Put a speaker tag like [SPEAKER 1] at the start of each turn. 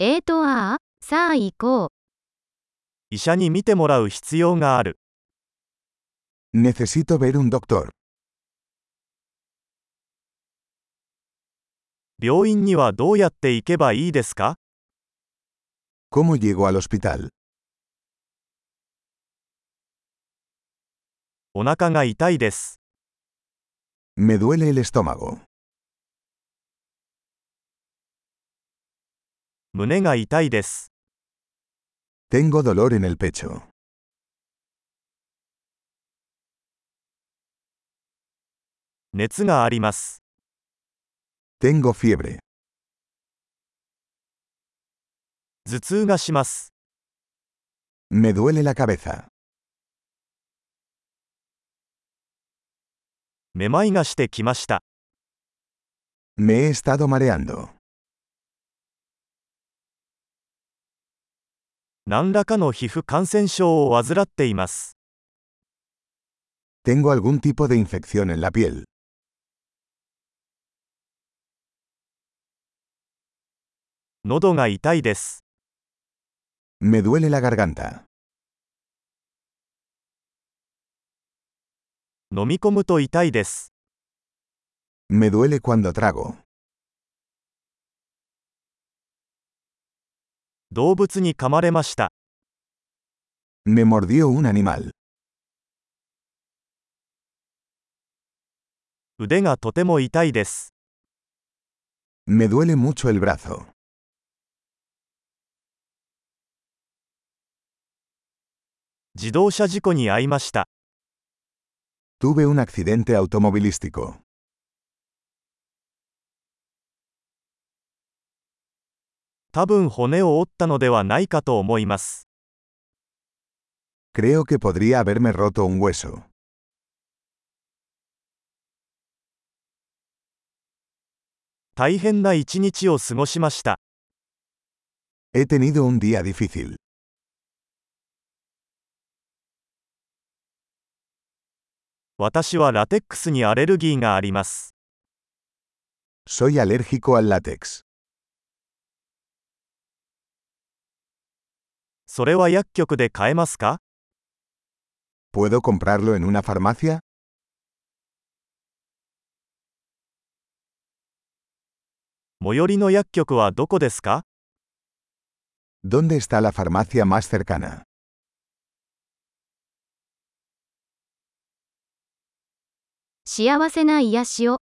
[SPEAKER 1] えーとああ、さあ行こう。
[SPEAKER 2] 医者に診てもらう必要がある。
[SPEAKER 3] Necesito ver un doctor.
[SPEAKER 2] 病院にはどうやって行けばいいですか
[SPEAKER 3] ¿Cómo llego al hospital?
[SPEAKER 2] お腹が痛いです。
[SPEAKER 3] Me duele el estómago.
[SPEAKER 2] 胸が痛いです。
[SPEAKER 3] Tengo dolor en el pecho.
[SPEAKER 2] 熱があります。
[SPEAKER 3] Tengo fiebre.
[SPEAKER 2] 頭痛がします。
[SPEAKER 3] Me duele la cabeza.
[SPEAKER 2] めまいがしてきました。
[SPEAKER 3] Me he estado mareando.
[SPEAKER 2] 何らかの皮膚感染症を患っています。
[SPEAKER 3] Tengo algún tipo de infección en la piel.
[SPEAKER 2] 喉が痛いです。
[SPEAKER 3] Me duele la garganta.
[SPEAKER 2] 飲み込むと痛いです。
[SPEAKER 3] Me duele cuando trago.
[SPEAKER 2] 動物に噛まれました。
[SPEAKER 3] Me mordió un animal.
[SPEAKER 2] 腕がとても痛いです。
[SPEAKER 3] Me duele mucho el brazo.
[SPEAKER 2] 自動車事故に遭いました。
[SPEAKER 3] Tuve un accidente automovilístico.
[SPEAKER 2] 多分骨を折ったのではないかと思います。
[SPEAKER 3] Creo que podría haberme roto un hueso.
[SPEAKER 2] 大変な一日を過ごしました。
[SPEAKER 3] He tenido un día difícil.
[SPEAKER 2] 私はラテックスにアレルギーがあります。
[SPEAKER 3] Soy alérgico al látex.
[SPEAKER 2] それは薬局で買えますか
[SPEAKER 3] ¿Puedo comprarlo en una farmacia?
[SPEAKER 2] 最寄りの薬局はどこですか
[SPEAKER 3] ¿Dónde está la farmacia más cercana?
[SPEAKER 1] 幸せな癒しを。